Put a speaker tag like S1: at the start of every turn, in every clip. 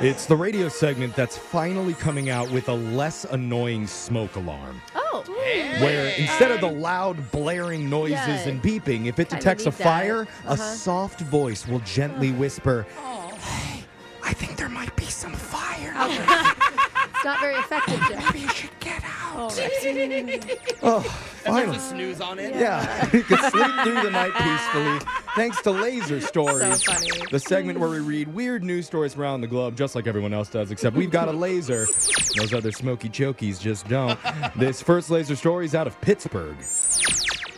S1: It's the radio segment that's finally coming out with a less annoying smoke alarm.
S2: Oh.
S1: Where instead of the loud blaring noises
S2: Um, Yeah.
S1: and beeping, if it
S2: Kinda
S1: detects a
S2: need that.
S1: fire, a
S2: Uh-huh. Oh.
S1: soft voice will gently whisper, "Hey, I think there might be some fire.
S2: Oh. It's not very effective, Jeff.
S1: Maybe you should get out." oh,
S3: There's
S1: finally.
S3: a snooze on it.
S1: Yeah, you can sleep through the night peacefully thanks to Laser Stories.
S2: So funny.
S1: The segment where we read weird news stories around the globe, just like everyone else does, except we've got a laser. Those other smoky chokies just don't. This first laser story is out of Pittsburgh.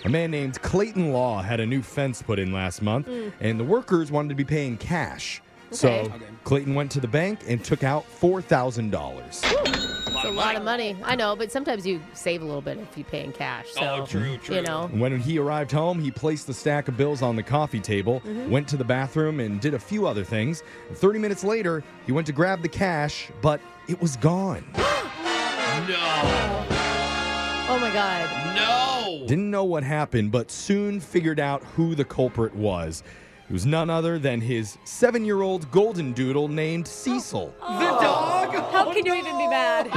S1: A man named Clayton Law had a new fence put in last month, and the workers wanted to be paying cash. So
S2: Mm. Okay.
S3: Okay.
S1: Clayton went to the bank and took out $4,000.
S3: A lot
S2: It's a
S3: of
S2: lot of
S3: money.
S2: money. I know, but sometimes you save a little bit if you pay in cash. So,
S3: Oh, true, true.
S2: You know,
S1: When he arrived home, he placed the stack of bills on the coffee table,
S2: Mm-hmm.
S1: went to the bathroom, and did a few other things. 30 minutes later, he went to grab the cash, but it was gone.
S3: No.
S2: oh my God.
S3: No.
S1: Didn't know what happened, but soon figured out who the culprit was. It was none other than his seven year old golden doodle named Cecil.
S2: Oh,
S3: the dog?
S4: How can you even be mad?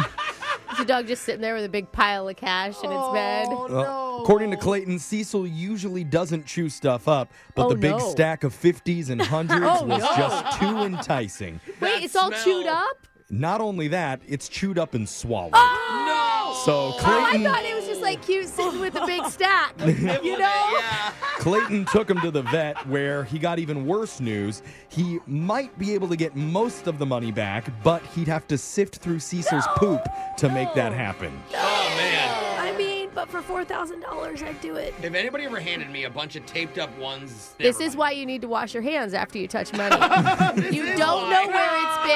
S2: Is the dog just sitting there with a big pile of cash in its bed?
S3: Oh,
S1: Well, According to Clayton, Cecil usually doesn't chew stuff up, but
S2: Oh,
S1: the big
S2: no. Oh,
S1: stack of 50s and 100s was just too enticing.
S2: Wait, it's all
S3: smell.
S2: chewed up?
S1: Not only that, it's chewed up and swallowed.
S3: No.
S1: So
S2: Oh, I
S1: Clayton,
S2: thought it was just like cute sitting with a big stack. You know?
S3: Yeah.
S1: Clayton took him to the vet where he got even worse news. He might be able to get most of the money back, but he'd have to sift through Cecil's poop to make that happen.
S3: Oh, man.
S4: I mean, but for four thousand dollars, I'd do it.
S3: If anybody ever handed me a bunch of taped up ones,
S2: This
S3: never
S2: is
S3: mind.
S2: why you need to wash your hands after you touch money. you don't know where it's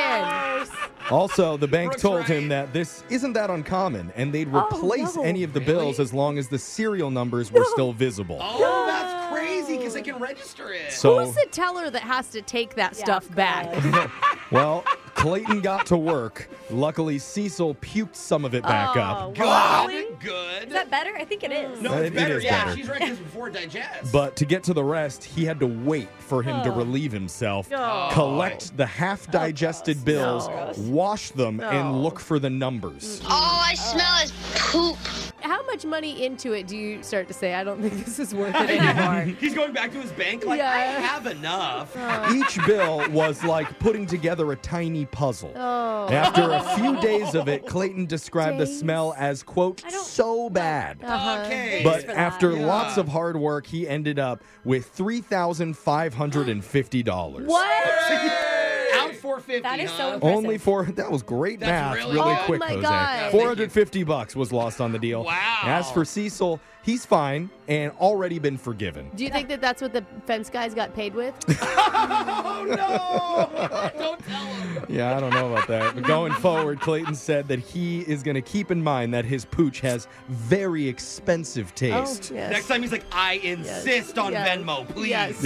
S2: been.
S1: Also, the bank
S3: Brooks
S1: told him
S3: Ryan.
S1: that this isn't that uncommon and they'd replace
S4: no.
S1: any of the
S3: Really?
S1: bills as long as the serial numbers were still visible.
S3: Oh, that's crazy because they can register it.
S1: So,
S2: Who's the teller that has to take that stuff back?
S1: well, Clayton got to work. Luckily, Cecil puked some of it back up.
S3: God,
S4: Really?
S3: good.
S4: Is that better? I think it is.
S3: no,
S1: It-
S3: it's
S1: it
S3: better.
S1: is
S3: yeah,
S1: better.
S3: she's right. This before digest.
S1: But to get to the rest, he had to wait for him to relieve himself,
S3: Oh.
S1: collect the half digested
S4: Oh,
S1: bills, wash them, and look for the numbers.
S5: All I smell is poop.
S2: How much money into it do you start to say, I don't think this is worth it anymore?
S3: he's going back to his bank like I
S2: Yeah.
S3: have enough.
S1: Each bill was like putting together a tiny puzzle. After a few days of it, Clayton described the
S4: Oh. Days.
S1: smell as, quote, so bad.
S2: Uh-huh.
S3: Okay.
S1: But
S4: for that.
S1: after
S3: Yeah.
S1: lots of hard work, he ended up with $3,550.
S2: what?
S3: out 450.
S4: That is so
S3: huh?
S4: impressive.
S1: Only four. That was great
S3: That's
S1: math,
S3: really
S1: really,
S3: good. Oh
S1: quick,
S2: my
S1: Jose.
S2: God.
S1: Four hundred fifty bucks was lost on the deal.
S3: Wow.
S1: As for Cecil, he's fine and already been forgiven.
S2: Do you think that that's what the fence guys got paid with?
S3: Oh no! Don't tell him.
S1: Yeah, I don't know about that. But going forward, Clayton said that he is going to keep in mind that his pooch has very expensive
S3: Oh,
S1: taste.
S3: Next time he's like, I insist on
S2: Yes.
S3: Venmo, please.
S2: Yes.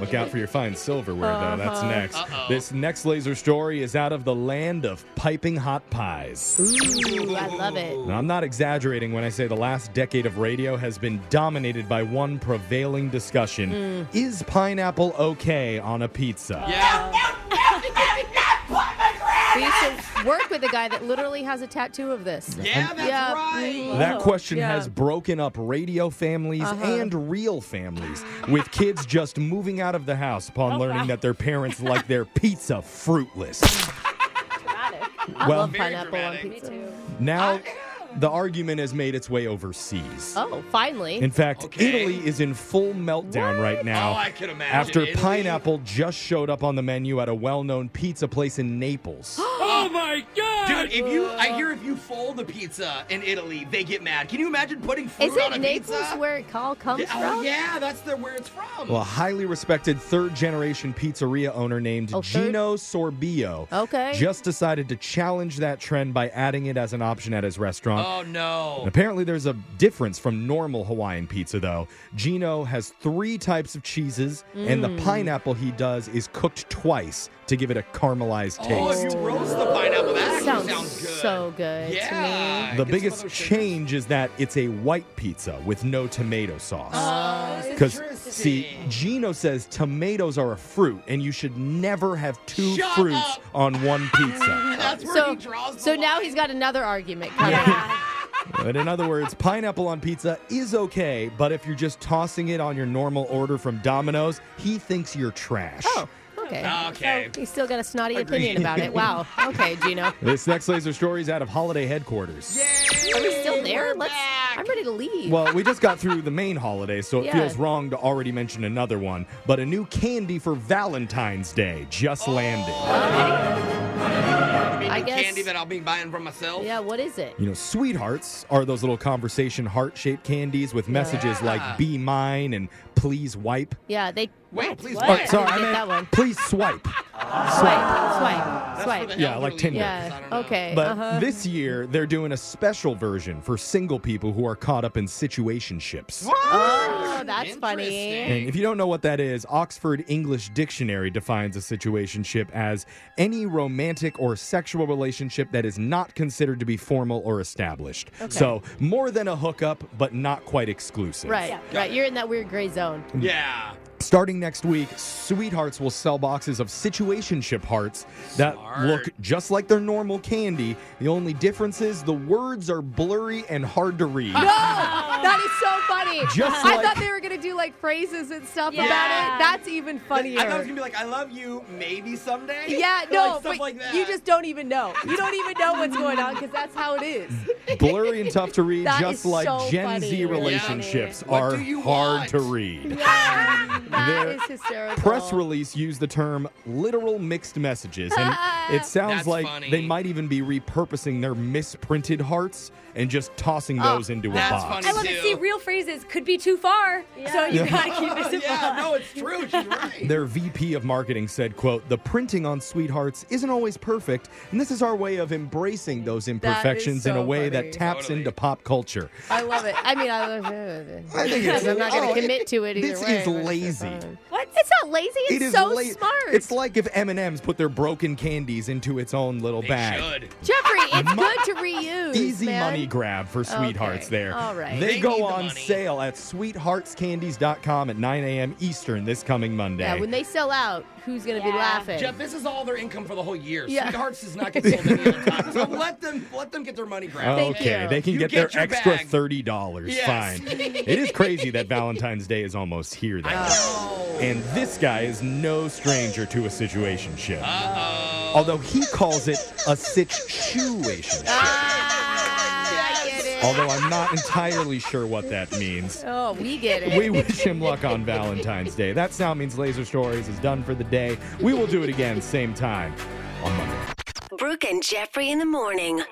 S1: Look out for your fine silverware, though. That's next.
S3: Uh-huh. Uh-oh.
S1: This next laser story is out of the land of piping hot pies.
S2: Ooh, I love it.
S1: Now, I'm not exaggerating when I say the last decade of radio has been dominated by one prevailing discussion Is pineapple okay on a pizza?
S3: Yeah.
S2: We used to work with a guy that literally has a tattoo of this.
S3: Yeah, that's
S2: Yeah. Mm-hmm.
S3: right.
S1: That question
S2: Oh, yeah.
S1: has broken up radio families and real families, with kids just moving out of the house upon learning that their parents like their pizza fruitless.
S2: I
S1: Well-
S2: love
S3: Very
S2: pineapple on
S3: dramatic.
S2: pizza.
S1: Now, the argument has made its way overseas.
S2: Oh, finally.
S1: In fact,
S3: Okay.
S1: Italy is in full meltdown right now.
S3: Oh, I could imagine.
S1: after
S3: Italy.
S1: pineapple just showed up on the menu at a well-known pizza place in Naples.
S3: Oh my god, dude! If you, I hear if you fold a pizza in Italy, they get mad. Can you imagine putting fruit
S2: Is
S3: on a
S2: it Naples
S3: pizza?
S2: where it all comes
S3: yeah, oh,
S2: from?
S3: yeah, that's the, where it's from.
S1: well, a highly respected third-generation pizzeria owner named
S2: Oh, third?
S1: Gino Sorbillo
S2: Okay.
S1: just decided to challenge that trend by adding it as an option at his restaurant.
S3: oh
S1: And
S3: no!
S1: Apparently, there's a difference from normal Hawaiian pizza, though. Gino has three types of cheeses, and the pineapple he does is cooked twice to give it a caramelized
S3: Oh, if
S1: taste.
S3: you roast the pineapple, that actually
S2: Sounds sounds,
S3: sounds good.
S2: so good to me.
S3: yeah.
S1: The
S3: get some
S1: biggest
S3: other shakers.
S1: change is that it's a white pizza with no tomato sauce.
S3: Oh,
S1: Because,
S3: interesting.
S1: see, Gino says tomatoes are a fruit and you should never have two
S3: Shut
S1: fruits
S3: up.
S1: on one pizza.
S3: that's where he
S2: So,
S3: draws the
S2: so now
S3: line.
S2: he's got another argument coming.
S1: but in other words, pineapple on pizza is okay, but if you're just tossing it on your normal order from Domino's, he thinks you're trash.
S2: Oh, okay.
S3: Okay.
S2: He's still got a snotty
S3: Agreed.
S2: opinion about it. Wow. Okay, Gino.
S1: This next laser story is out of holiday headquarters.
S3: Yay,
S2: Are we still there?
S3: we're
S2: Let's.
S3: back.
S2: I'm ready to leave.
S1: Well, we just got through the main holiday, so it
S2: Yeah.
S1: feels wrong to already mention another one. But a new candy for Valentine's Day just
S2: Oh.
S1: landed.
S3: Maybe
S2: I guess-
S3: candy that I'll be buying for myself.
S2: yeah. What is it?
S1: You know, sweethearts are those little conversation heart shaped candies with messages
S3: Yeah.
S1: like be mine and please wipe.
S2: Yeah. They.
S3: Wait,
S2: what?
S3: please
S2: What?
S3: wipe.
S1: Oh,
S2: I
S1: sorry,
S2: didn't
S1: I
S2: get
S1: meant
S2: that one.
S1: please swipe.
S2: Swipe.
S3: That's
S2: Swipe.
S3: for
S2: Swipe.
S3: the
S1: Yeah, like
S3: elderly,
S1: Tinder.
S3: I
S2: Yeah.
S3: don't know.
S2: Okay.
S1: But
S2: uh-huh.
S1: this year, they're doing a special version for single people who are caught up in situationships.
S2: Oh, that's funny.
S1: And if you don't know what that is, Oxford English Dictionary defines a situationship as any romantic or sexual relationship that is not considered to be formal or established. So, more than a hookup, but not quite exclusive.
S2: Right. Right. You're in that weird gray zone.
S3: Oh! Yeah.
S1: Starting next week, Sweethearts will sell boxes of situationship hearts that
S3: Smart.
S1: look just like their normal candy. The only difference is the words are blurry and hard to read.
S2: That is so funny.
S1: Just
S2: I
S1: like-
S2: thought they were gonna do like phrases and stuff
S4: Yeah.
S2: about it. That's even funnier.
S3: I thought it was gonna be like, I love you, maybe someday.
S2: yeah,
S3: Or,
S2: no,
S3: like, stuff
S2: but
S3: like that.
S2: you just don't even know. You don't even know what's going on because that's how it is.
S1: blurry and tough to read,
S2: That
S1: just
S2: is
S1: like
S2: so
S1: Gen
S2: funny.
S1: Z
S2: Yeah.
S1: relationships
S3: What
S1: are
S3: do you
S1: hard
S3: want?
S1: to read.
S2: That
S1: Their
S2: is hysterical.
S1: Press release used the term literal mixed messages, and it sounds
S3: That's
S1: like
S3: funny.
S1: they might even be repurposing their misprinted hearts and just tossing
S2: Oh,
S1: those into a
S3: that's
S1: box.
S4: I love it. See, real phrases could be too far, so you gotta keep it simple.
S3: yeah, no, it's true. She's right.
S1: Their VP of marketing said, quote, the printing on sweethearts isn't always perfect, and this is our way of embracing those imperfections in
S2: so
S1: a way
S2: funny.
S1: that taps
S3: Totally.
S1: into pop culture.
S2: I love it. I mean, I love it.
S1: I think it's-
S2: I'm not gonna
S1: oh,
S2: commit to it either
S1: this
S2: way.
S1: is
S2: but it's
S1: lazy.
S2: fine.
S4: What?
S2: It's not lazy. It's
S1: It is
S2: so
S1: la-
S2: smart.
S1: It's like if M&M's put their broken candies into its own little
S3: They
S1: bag.
S3: should.
S2: Jeffrey. It's good to reuse.
S1: Easy
S2: man.
S1: money grab for sweethearts
S2: Okay.
S1: there.
S2: All right.
S1: They,
S3: They need
S1: go
S3: the
S1: on
S3: money.
S1: sale at sweetheartscandies.com at 9 a.m. Eastern this coming Monday.
S2: Yeah, when they sell out, who's gonna be
S4: Yeah.
S2: laughing?
S3: Jeff, this is all their income for the whole year.
S2: Yeah.
S3: Sweethearts does not get sold any other time. So let them let them get their money grabbed.
S2: Thank
S1: okay,
S2: you.
S1: they can
S3: You
S1: get,
S3: get
S1: their
S3: your
S1: extra
S3: bag.
S1: $30.
S3: Yes.
S1: Fine. it is crazy that Valentine's Day is almost here, though. And this guy is no stranger to a situation ship.
S3: Uh-oh.
S1: Although he calls it a situation
S2: Ah, I get it.
S1: Although I'm not entirely sure what that means.
S2: Oh, we get it.
S1: We wish him luck on Valentine's Day. That sound means Laser Stories is done for the day. We will do it again, same time on Monday.
S6: Brooke and Jeffrey in the morning.